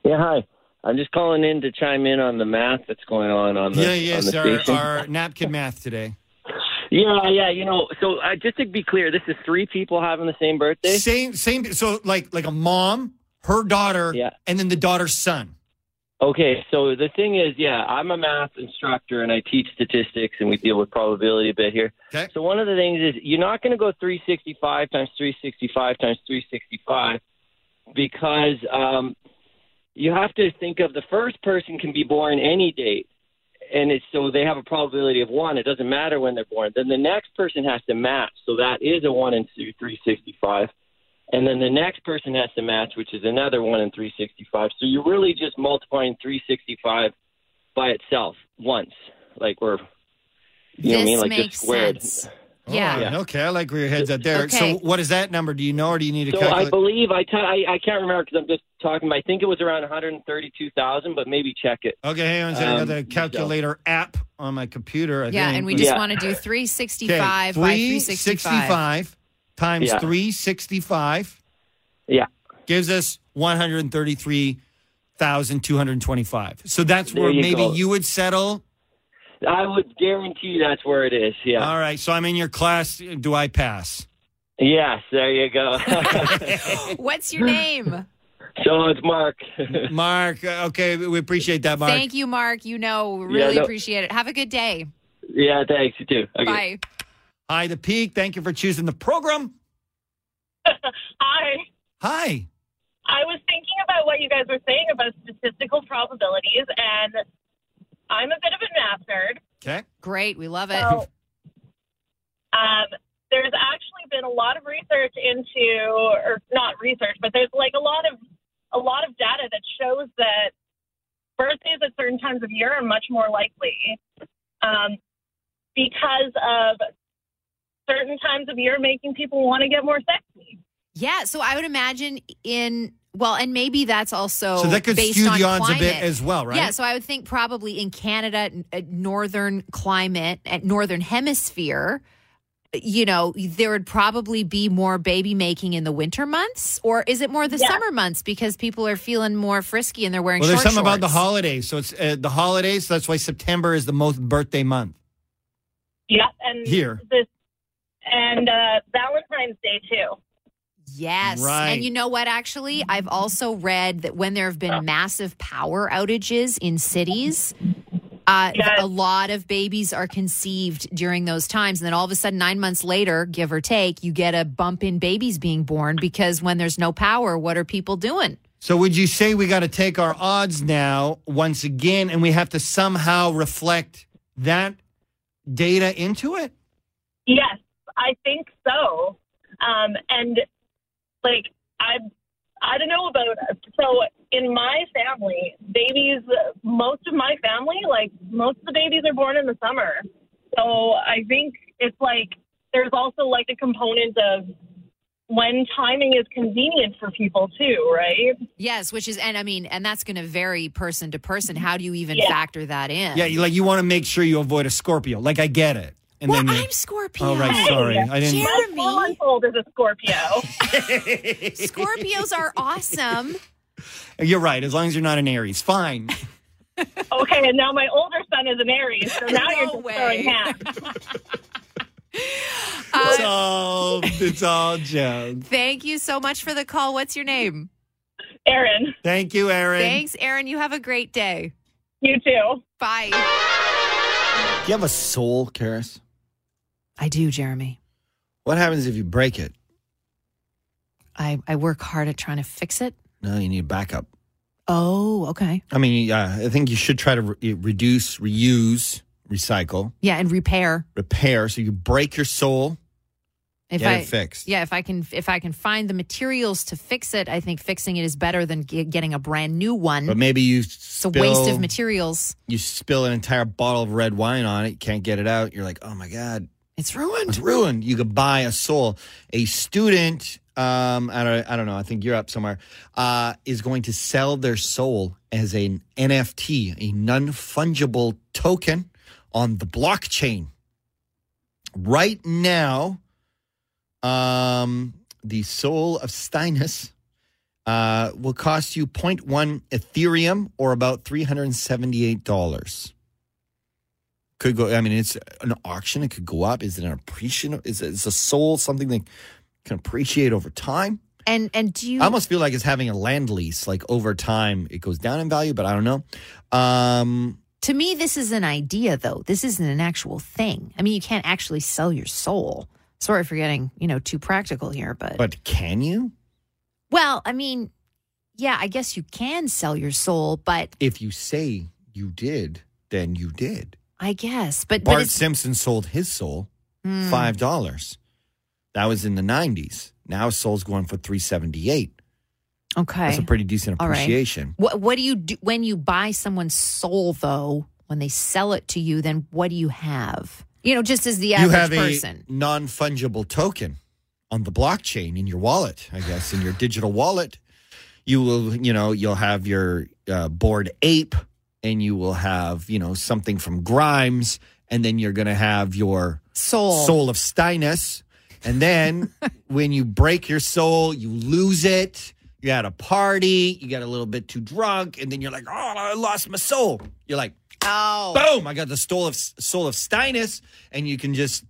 [SPEAKER 11] Yeah, hi. I'm just calling in to chime in on the math that's going on on the
[SPEAKER 10] Yeah, yes,
[SPEAKER 11] on the
[SPEAKER 10] our,
[SPEAKER 11] station.
[SPEAKER 10] our napkin math today.
[SPEAKER 11] Yeah, yeah. You know, so uh, just to be clear, this is three people having the same birthday.
[SPEAKER 10] Same, same. So like, like a mom, her daughter,
[SPEAKER 11] Yeah.
[SPEAKER 10] and then the daughter's son.
[SPEAKER 11] Okay, so the thing is, yeah, I'm a math instructor and I teach statistics and we deal with probability a bit here.
[SPEAKER 10] Okay.
[SPEAKER 11] So one of the things is you're not going to go 365 times 365 times 365 because um, you have to think of the first person can be born any date. And it's, so they have a probability of one. It doesn't matter when they're born. Then the next person has to match. So that is a one in 365 and then the next person has to match, which is another one in 365. So you're really just multiplying 365 by itself once, like we're, you know what I
[SPEAKER 3] this
[SPEAKER 11] mean, like
[SPEAKER 3] makes
[SPEAKER 11] just squared.
[SPEAKER 3] sense. Yeah.
[SPEAKER 10] All right, Oh, Okay, I like where your head's at there.
[SPEAKER 3] Okay.
[SPEAKER 10] So, what is that number? Do you know, or do you need to
[SPEAKER 11] So I
[SPEAKER 10] calculate?
[SPEAKER 11] believe I t- I, I can't remember because I'm just talking. but I think it was around 132,000, but maybe check it.
[SPEAKER 10] okay, hang on a second. I got
[SPEAKER 11] Um,
[SPEAKER 10] the calculator app on my computer. I
[SPEAKER 3] Yeah,
[SPEAKER 10] think.
[SPEAKER 3] and we just
[SPEAKER 11] Yeah.
[SPEAKER 3] want to do 365
[SPEAKER 10] Okay,
[SPEAKER 3] by 365.
[SPEAKER 10] 365 times
[SPEAKER 11] Yeah.
[SPEAKER 10] 365
[SPEAKER 11] Yeah.
[SPEAKER 10] gives us 133,225. So that's
[SPEAKER 11] There
[SPEAKER 10] where
[SPEAKER 11] you
[SPEAKER 10] maybe
[SPEAKER 11] go.
[SPEAKER 10] you would settle.
[SPEAKER 11] I would guarantee that's where it is. Yeah.
[SPEAKER 10] All right. So I'm in your class. Do I pass?
[SPEAKER 11] Yes, there you go.
[SPEAKER 3] What's your name?
[SPEAKER 11] so it's Mark.
[SPEAKER 10] Mark, uh, okay. We appreciate that, Mark.
[SPEAKER 3] Thank you, Mark. You know, we
[SPEAKER 11] Yeah,
[SPEAKER 3] really
[SPEAKER 11] no-
[SPEAKER 3] appreciate it. Have a good day.
[SPEAKER 11] yeah, thanks. You too. Okay.
[SPEAKER 3] Bye.
[SPEAKER 10] Hi, The Peak. Thank you for choosing the program.
[SPEAKER 12] Hi.
[SPEAKER 10] Hi.
[SPEAKER 12] I was thinking about what you guys were saying about statistical probabilities, and I'm a bit of a math nerd.
[SPEAKER 10] Okay.
[SPEAKER 3] Great. We love it.
[SPEAKER 12] So, um, there's actually been a lot of research into, or not research, but there's like a lot of a lot of data that shows that birthdays at certain times of year are much more likely um, because of certain times of year making people want to get more sexy.
[SPEAKER 3] Yeah, so I would imagine in well, and maybe that's also
[SPEAKER 10] So that could
[SPEAKER 3] Oh, based
[SPEAKER 10] skew
[SPEAKER 3] on
[SPEAKER 10] the odds a
[SPEAKER 3] climate.
[SPEAKER 10] bit as well, right?
[SPEAKER 3] Yeah, so I would think probably in Canada, n- uh, northern climate, at northern hemisphere, you know, there would probably be more baby making in the winter months, or is it more the
[SPEAKER 12] Yeah.
[SPEAKER 3] summer months because people are feeling more frisky and they're wearing
[SPEAKER 10] Well, there's
[SPEAKER 3] short
[SPEAKER 10] something about the
[SPEAKER 3] shorts?
[SPEAKER 10] holidays. So it's uh, the holidays. So that's why September is the most birthday month.
[SPEAKER 12] Yeah, and
[SPEAKER 10] Here.
[SPEAKER 12] this and uh, Valentine's Day too.
[SPEAKER 3] Yes.
[SPEAKER 10] Right.
[SPEAKER 3] And you know what, actually? I've also read that when there have been massive power outages in cities, uh, th-
[SPEAKER 12] Yes.
[SPEAKER 3] a lot of babies are conceived during those times. And then all of a sudden, nine months later, give or take, you get a bump in babies being born because when there's no power, what are people doing?
[SPEAKER 10] So would you say we got to take our odds now once again, and we have to somehow reflect that data into it?
[SPEAKER 12] Yes, I think so. Um, and like I, I don't know about so in my family, babies. Most of my family, like most of the babies, are born in the summer. So I think it's like there's also like a component of when timing is convenient for people too, right?
[SPEAKER 3] Yes, which is, and I mean, and that's going to vary person to person. How do you even
[SPEAKER 12] Yeah.
[SPEAKER 3] factor that in?
[SPEAKER 10] Yeah, you, like you want to make sure you avoid a Scorpio. Like I get it. And
[SPEAKER 3] well,
[SPEAKER 10] you-
[SPEAKER 3] I'm Scorpio.
[SPEAKER 10] All right, sorry, I didn't.
[SPEAKER 3] Jeremy.
[SPEAKER 12] My four-month-old is a Scorpio.
[SPEAKER 3] Scorpios are awesome.
[SPEAKER 10] You're right. As long as you're not an Aries, fine.
[SPEAKER 12] okay, and now my older son is an Aries. So now
[SPEAKER 3] No
[SPEAKER 12] you're just
[SPEAKER 3] way.
[SPEAKER 12] throwing hats.
[SPEAKER 10] it's all it's all jokes.
[SPEAKER 3] Uh, Thank you so much for the call. What's your name?
[SPEAKER 12] Aaron.
[SPEAKER 10] Thank you, Aaron.
[SPEAKER 3] Thanks, Aaron. You have a great day.
[SPEAKER 12] You too.
[SPEAKER 3] Bye.
[SPEAKER 13] Do you have a soul, Karis?
[SPEAKER 3] I do, Jeremy.
[SPEAKER 13] What happens if you break it?
[SPEAKER 3] I, I work hard at trying to fix it.
[SPEAKER 13] No, you need backup.
[SPEAKER 3] Oh, okay.
[SPEAKER 13] I mean, yeah, I think you should try to re- reduce, reuse, recycle,
[SPEAKER 3] Yeah, and repair.
[SPEAKER 13] repair. So you break your soul,
[SPEAKER 3] If
[SPEAKER 13] get
[SPEAKER 3] I
[SPEAKER 13] it fixed.
[SPEAKER 3] Yeah, if I can if I can find the materials to fix it, I think fixing it is better than ge- getting a brand new one.
[SPEAKER 13] But maybe you
[SPEAKER 3] it's a
[SPEAKER 13] spill,
[SPEAKER 3] waste of materials.
[SPEAKER 13] You spill an entire bottle of red wine on it. You can't get it out. You're like, oh my god,
[SPEAKER 3] It's
[SPEAKER 13] it's
[SPEAKER 3] ruined.
[SPEAKER 13] ruined. You could buy a soul. A student, um, I don't, I don't know. I think you're up somewhere. Uh, is going to sell their soul as an NFT, a non fungible token, on the blockchain. Right now, um, the soul of Steinus. Uh, will cost you 0.1 Ethereum or about $378 could go. I mean, it's an auction. It could go up. Is it an appreciation? Is it, is a soul something that can appreciate over time?
[SPEAKER 3] And and do you
[SPEAKER 13] I almost feel like it's having a land lease. Like over time, it goes down in value, but I don't know. Um,
[SPEAKER 3] To me this is an idea though. This isn't an actual thing. I mean, you can't actually sell your soul. Sorry for getting, you know, too practical here, but
[SPEAKER 13] but can you
[SPEAKER 3] Well, I mean, yeah, I guess you can sell your soul, but
[SPEAKER 13] if you say you did? Then you did.
[SPEAKER 3] I guess, but but
[SPEAKER 13] Bart
[SPEAKER 3] it's,
[SPEAKER 13] Simpson sold his soul
[SPEAKER 3] Hmm.
[SPEAKER 13] five dollars. That was in the nineties. Now his soul's going for three seventy eight.
[SPEAKER 3] okay.
[SPEAKER 13] That's a pretty decent
[SPEAKER 3] All right.
[SPEAKER 13] appreciation.
[SPEAKER 3] What what do you do when you buy someone's soul though? When they sell it to you, then what do you have? You know, just as the
[SPEAKER 10] you
[SPEAKER 3] average
[SPEAKER 10] have
[SPEAKER 3] person.
[SPEAKER 10] a non fungible token on the blockchain in your wallet, I guess, in your digital wallet. You will, you know, you'll have your uh, board ape, and you will have, you know, something from Grimes, and then you're going to have your
[SPEAKER 3] Soul.
[SPEAKER 10] soul of Styness, and then when you break your soul, you lose it. You're at a party, you got a little bit too drunk, and then you're like, "Oh, I lost my soul." You're like,
[SPEAKER 3] Oh.
[SPEAKER 10] boom, I got the soul of soul of Stynus, and you can just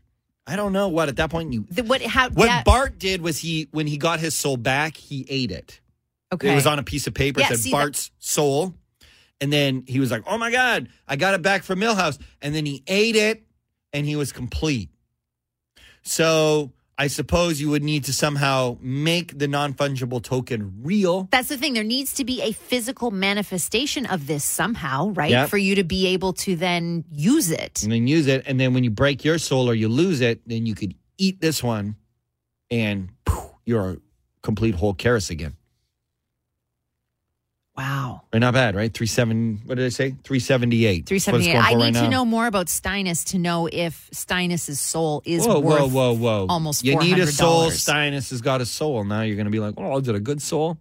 [SPEAKER 10] I don't know what at that point you
[SPEAKER 3] The- what how
[SPEAKER 10] what
[SPEAKER 3] that-
[SPEAKER 10] Bart did was he when he got his soul back, he ate it.
[SPEAKER 3] Okay.
[SPEAKER 10] It was on a piece of paper
[SPEAKER 3] Yeah,
[SPEAKER 10] that
[SPEAKER 3] see,
[SPEAKER 10] said
[SPEAKER 3] that-
[SPEAKER 10] Bart's soul. And then he was like, Oh my God, I got it back from Millhouse. And then he ate it and he was complete. So I suppose you would need to somehow make the non fungible token real.
[SPEAKER 3] That's the thing. There needs to be a physical manifestation of this somehow, right?
[SPEAKER 10] Yep.
[SPEAKER 3] For you to be able to then use it.
[SPEAKER 10] and then use it. And then when you break your soul or you lose it, then you could eat this one, and poof, you're a complete whole Karis again.
[SPEAKER 3] Wow.
[SPEAKER 10] Right, not bad, right? Three seven. What did I say? Three seventy eight.
[SPEAKER 3] 378. I need to know more about Steinus to know if Steinus's soul is
[SPEAKER 10] Whoa,
[SPEAKER 3] worth
[SPEAKER 10] whoa, whoa, whoa!
[SPEAKER 3] almost
[SPEAKER 10] You need a soul.
[SPEAKER 3] $400.
[SPEAKER 10] Steinus has got a soul. Now you're going to be like, oh, is it a good soul?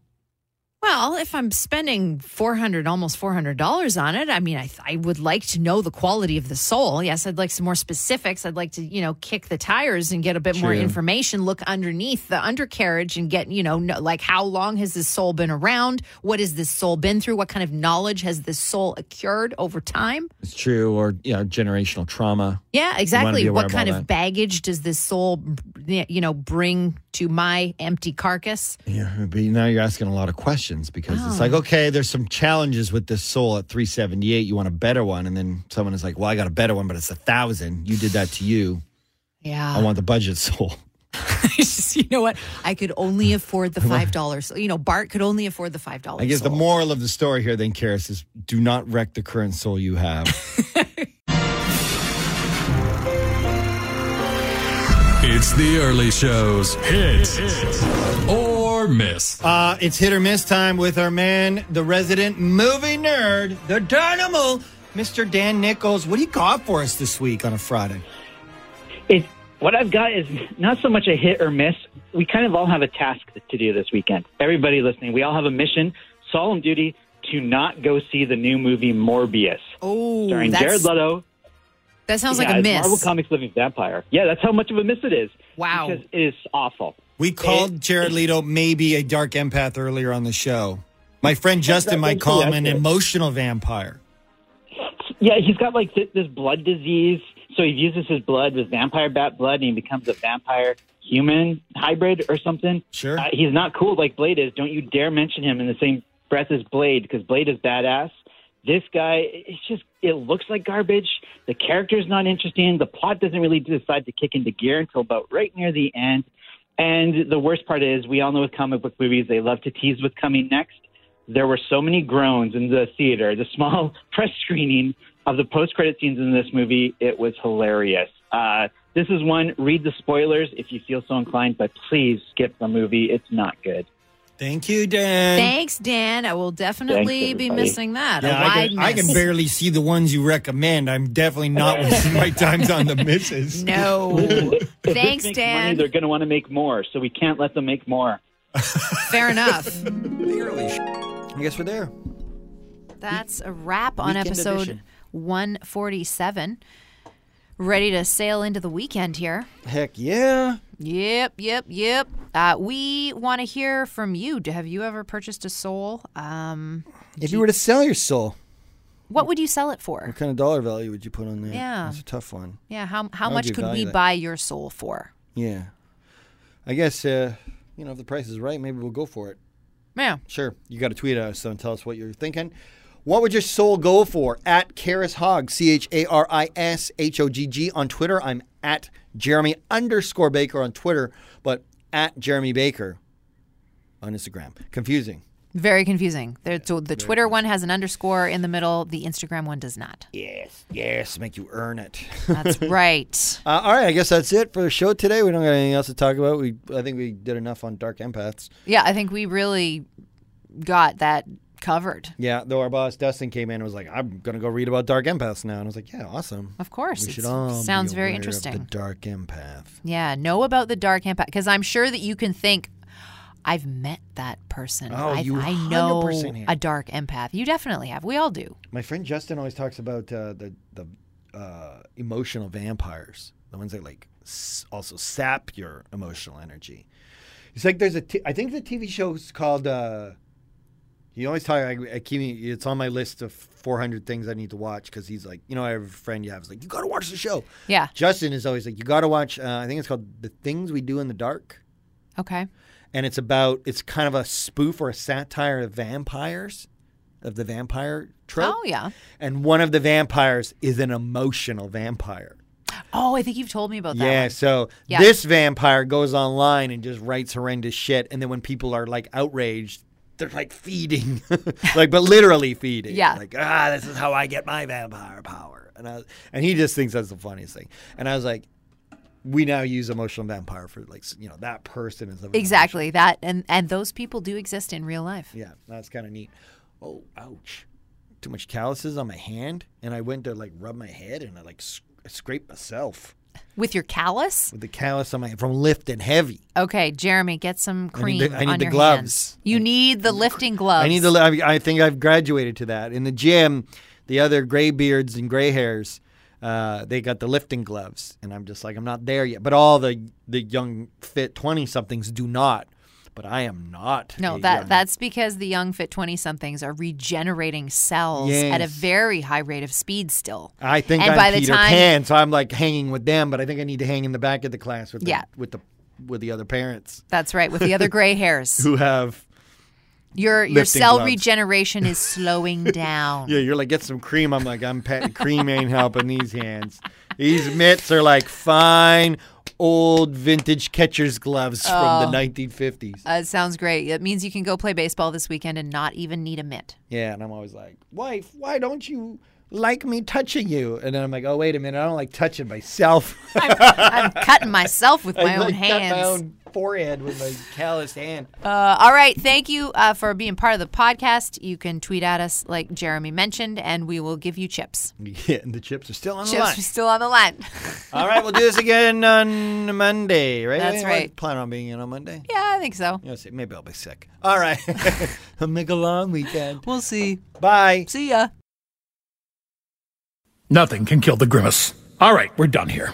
[SPEAKER 3] Well, if I'm spending 400 almost $400 on it, I mean I I would like to know the quality of the soul. Yes, I'd like some more specifics. I'd like to, you know, kick the tires and get a bit more
[SPEAKER 10] True.
[SPEAKER 3] information, look underneath the undercarriage and get, you know, know, like how long has this soul been around? What has this soul been through? What kind of knowledge has this soul acquired over time?
[SPEAKER 10] It's true, or you know, generational trauma.
[SPEAKER 3] Yeah, exactly.
[SPEAKER 10] be
[SPEAKER 3] What
[SPEAKER 10] aware of
[SPEAKER 3] kind
[SPEAKER 10] all
[SPEAKER 3] of
[SPEAKER 10] that.
[SPEAKER 3] baggage does this soul, you know, bring to my empty carcass?
[SPEAKER 10] Yeah, but now you're asking a lot of questions because
[SPEAKER 3] Oh.
[SPEAKER 10] it's like, okay, there's some challenges with this soul at 378. You want a better one, and then someone is like, well, I got a better one, but it's a thousand. You did that to you.
[SPEAKER 3] Yeah.
[SPEAKER 10] I want the budget soul.
[SPEAKER 3] Just, you know what? I could only afford the five dollars. You know, Bart could only afford the five dollars.
[SPEAKER 10] I guess the moral of the story here, then, Karis, is do not wreck the current soul you have.
[SPEAKER 14] It's the early shows. Hit or miss.
[SPEAKER 10] uh, it's hit or miss time with our man, the resident movie nerd, the Dynamo, Mr. Dan Nichols. What do you got for us this week on a Friday?
[SPEAKER 15] It, what I've got is not so much a hit or miss. We kind of all have a task to do this weekend. Everybody listening, we all have a mission, solemn duty to not go see the new movie Morbius.
[SPEAKER 3] Oh,
[SPEAKER 15] starring
[SPEAKER 3] that's-
[SPEAKER 15] Jared Leto.
[SPEAKER 3] That sounds
[SPEAKER 15] Yeah,
[SPEAKER 3] like a
[SPEAKER 15] it's
[SPEAKER 3] miss.
[SPEAKER 15] Marvel Comics Living Vampire. Yeah, that's how much of a miss it is.
[SPEAKER 3] Wow.
[SPEAKER 15] Because it is awful.
[SPEAKER 10] We called Jared Leto maybe a dark empath earlier on the show. My friend Justin might call him an emotional vampire.
[SPEAKER 15] Yeah, he's got like th- this blood disease, so he uses his blood with vampire bat blood, and he becomes a vampire human hybrid or something.
[SPEAKER 10] Sure,
[SPEAKER 15] uh, he's not cool like Blade is. Don't you dare mention him in the same breath as Blade, because Blade is badass. This guy, it- it's just it looks like garbage. The character's not interesting. The plot doesn't really decide to kick into gear until about right near the end. And the worst part is, we all know with comic book movies, they love to tease what's coming next there were so many groans in the theater. The small press screening of the post-credit scenes in this movie, it was hilarious. Uh, this is one, read the spoilers if you feel so inclined, but please skip the movie. It's not good.
[SPEAKER 10] Thank you, Dan.
[SPEAKER 3] Thanks, Dan. I will definitely
[SPEAKER 15] Thanks,
[SPEAKER 3] be
[SPEAKER 15] everybody.
[SPEAKER 3] missing that.
[SPEAKER 10] Yeah,
[SPEAKER 3] a
[SPEAKER 10] I,
[SPEAKER 3] wide
[SPEAKER 10] can, I
[SPEAKER 3] miss.
[SPEAKER 10] can barely see the ones you recommend. I'm definitely not wasting my times on the misses.
[SPEAKER 3] No.
[SPEAKER 15] If
[SPEAKER 3] Thanks,
[SPEAKER 15] this makes
[SPEAKER 3] Dan.
[SPEAKER 15] Money, they're going to want to make more, so we can't let them make more.
[SPEAKER 3] Fair enough.
[SPEAKER 16] I guess we're there.
[SPEAKER 17] That's a wrap on
[SPEAKER 3] Weekend
[SPEAKER 17] episode
[SPEAKER 3] edition.
[SPEAKER 17] 147. Ready to sail into the weekend here.
[SPEAKER 16] Heck yeah.
[SPEAKER 17] Yep, yep, yep. Uh, we want to hear from you. D- Have you ever purchased a soul? Um,
[SPEAKER 16] If you were to sell your soul,
[SPEAKER 17] what would you sell it for?
[SPEAKER 16] what kind of dollar value would you put on that?
[SPEAKER 17] Yeah.
[SPEAKER 16] That's a tough one.
[SPEAKER 17] Yeah, how, how
[SPEAKER 16] would
[SPEAKER 17] much
[SPEAKER 16] you
[SPEAKER 17] could
[SPEAKER 16] value
[SPEAKER 17] we
[SPEAKER 16] that?
[SPEAKER 17] buy your soul for?
[SPEAKER 16] Yeah. I guess, uh, you know, if the price is right, maybe we'll go for it.
[SPEAKER 17] Yeah.
[SPEAKER 16] Sure. You got to tweet at us, so tell us what you're thinking. What would your soul go for? At Karis Hogg, C H A R I S H O G G on Twitter. I'm at Jeremy underscore Baker on Twitter, but at Jeremy Baker on Instagram. Confusing.
[SPEAKER 17] Very confusing. The, so the Twitter one has an underscore in the middle, the Instagram one does not.
[SPEAKER 16] Yes, yes, make you earn it.
[SPEAKER 17] That's right.
[SPEAKER 16] Uh, all right, I guess that's it for the show today. We don't got anything else to talk about. We I think we did enough on dark empaths.
[SPEAKER 17] Yeah, I think we really got that
[SPEAKER 3] covered.
[SPEAKER 10] Yeah, though our boss Dustin came in and was like, "I'm gonna go read about Dark Empaths now," and I was like, "Yeah, awesome.
[SPEAKER 3] Of course,
[SPEAKER 10] we should
[SPEAKER 3] it's-
[SPEAKER 10] all
[SPEAKER 3] sounds
[SPEAKER 10] be
[SPEAKER 3] very
[SPEAKER 10] aware of
[SPEAKER 3] interesting.
[SPEAKER 10] the Dark Empath.
[SPEAKER 3] Yeah, know about the dark empath because I'm sure that you can think. I've met that person.
[SPEAKER 10] Oh,
[SPEAKER 3] I,
[SPEAKER 10] you
[SPEAKER 3] I know
[SPEAKER 10] 100% have.
[SPEAKER 3] a dark empath. You definitely have. We all do.
[SPEAKER 10] My friend Justin always talks about uh, the the uh, emotional vampires, the ones that like s- also sap your emotional energy. It's like there's a. T- I think the TV show's called. Uh, he always talk. I, I keep it's on my list of 400 things I need to watch because he's like, you know, I have a friend you have is like, you gotta watch the show.
[SPEAKER 3] Yeah.
[SPEAKER 10] Justin is always like, you gotta watch. Uh, I think it's called The Things We Do in the Dark,
[SPEAKER 3] Okay.
[SPEAKER 10] and it's about it's kind of a spoof or a satire of vampires, of the vampire trope.
[SPEAKER 3] Oh yeah.
[SPEAKER 10] And one of the vampires is an emotional vampire.
[SPEAKER 3] Oh, I think you've told me about that.
[SPEAKER 10] Yeah,
[SPEAKER 3] one.
[SPEAKER 10] so
[SPEAKER 3] Yeah.
[SPEAKER 10] this vampire goes online and just writes horrendous shit. And then when people are like outraged, they're like feeding, like, but literally feeding.
[SPEAKER 18] Yeah.
[SPEAKER 10] Like, ah, this is how I get my vampire power. And, I, and he just thinks that's the funniest thing. And I was like, we now use emotional vampire for like, s- you know, that person is a
[SPEAKER 3] Exactly that, and and those people do exist in real life.
[SPEAKER 10] Yeah, that's kind of neat. Oh, ouch. Too much calluses on my hand. And I went to like rub my head and I like sc- scraped myself.
[SPEAKER 3] With your callus.
[SPEAKER 10] With the callus on my from lifting heavy.
[SPEAKER 3] Okay, Jeremy, get some
[SPEAKER 10] I need
[SPEAKER 3] cream
[SPEAKER 10] the- I need
[SPEAKER 3] on
[SPEAKER 10] the
[SPEAKER 3] your
[SPEAKER 10] gloves.
[SPEAKER 3] hands. You need the lifting gloves.
[SPEAKER 10] I need to. li- I I think I've graduated to that. In the gym, the other gray beards and gray hairs, uh, they got the lifting gloves, and I'm just like, I'm not there yet. But all the the young fit twenty somethings do not. But I am not.
[SPEAKER 3] No,
[SPEAKER 10] a
[SPEAKER 3] that
[SPEAKER 10] young-
[SPEAKER 3] that's because the young fit 20 somethings are regenerating cells at a
[SPEAKER 10] Yes.
[SPEAKER 3] very high rate of speed still.
[SPEAKER 10] I think
[SPEAKER 3] and
[SPEAKER 10] I'm
[SPEAKER 3] by the
[SPEAKER 10] Peter
[SPEAKER 3] time-
[SPEAKER 10] Pan, so I'm like hanging with them. But I think I need to hang in the back of the class with the,
[SPEAKER 3] Yeah.
[SPEAKER 10] with the with the other parents
[SPEAKER 3] That's right, with the other gray hairs.
[SPEAKER 10] who have
[SPEAKER 3] Your your
[SPEAKER 10] lifting
[SPEAKER 3] cell
[SPEAKER 10] gloves.
[SPEAKER 3] regeneration is slowing down.
[SPEAKER 10] Yeah, you're like, get some cream. I'm like, I'm pet- cream ain't helping these hands. These mitts are like fine old vintage catcher's gloves from
[SPEAKER 3] Oh.
[SPEAKER 10] the 1950s.
[SPEAKER 3] Uh, sounds great. It means you can go play baseball this weekend and not even need a mitt.
[SPEAKER 10] Yeah, and I'm always like, wife, why don't you like me touching you? And then I'm like, oh wait a minute, I don't like touching myself.
[SPEAKER 3] I'm cutting myself with
[SPEAKER 10] I,
[SPEAKER 3] my own
[SPEAKER 10] like, cut my
[SPEAKER 3] hands.
[SPEAKER 10] own forehead with my calloused hand.
[SPEAKER 3] Uh, all right. Thank you uh, for being part of the podcast. You can tweet at us, like Jeremy mentioned, and we will give you chips.
[SPEAKER 10] Yeah, and the chips are still on the
[SPEAKER 3] Chips
[SPEAKER 10] line.
[SPEAKER 3] are still on the line.
[SPEAKER 10] All right, we'll do this again on Monday, right?
[SPEAKER 3] That's
[SPEAKER 10] I
[SPEAKER 3] right.
[SPEAKER 10] Plan on being in on Monday.
[SPEAKER 3] yeah, I think so.
[SPEAKER 10] You'll see. Maybe I'll be sick. All right. I'll make a long weekend.
[SPEAKER 3] We'll see.
[SPEAKER 10] Bye.
[SPEAKER 3] See ya.
[SPEAKER 14] Nothing can kill the grimace. All right, we're done here.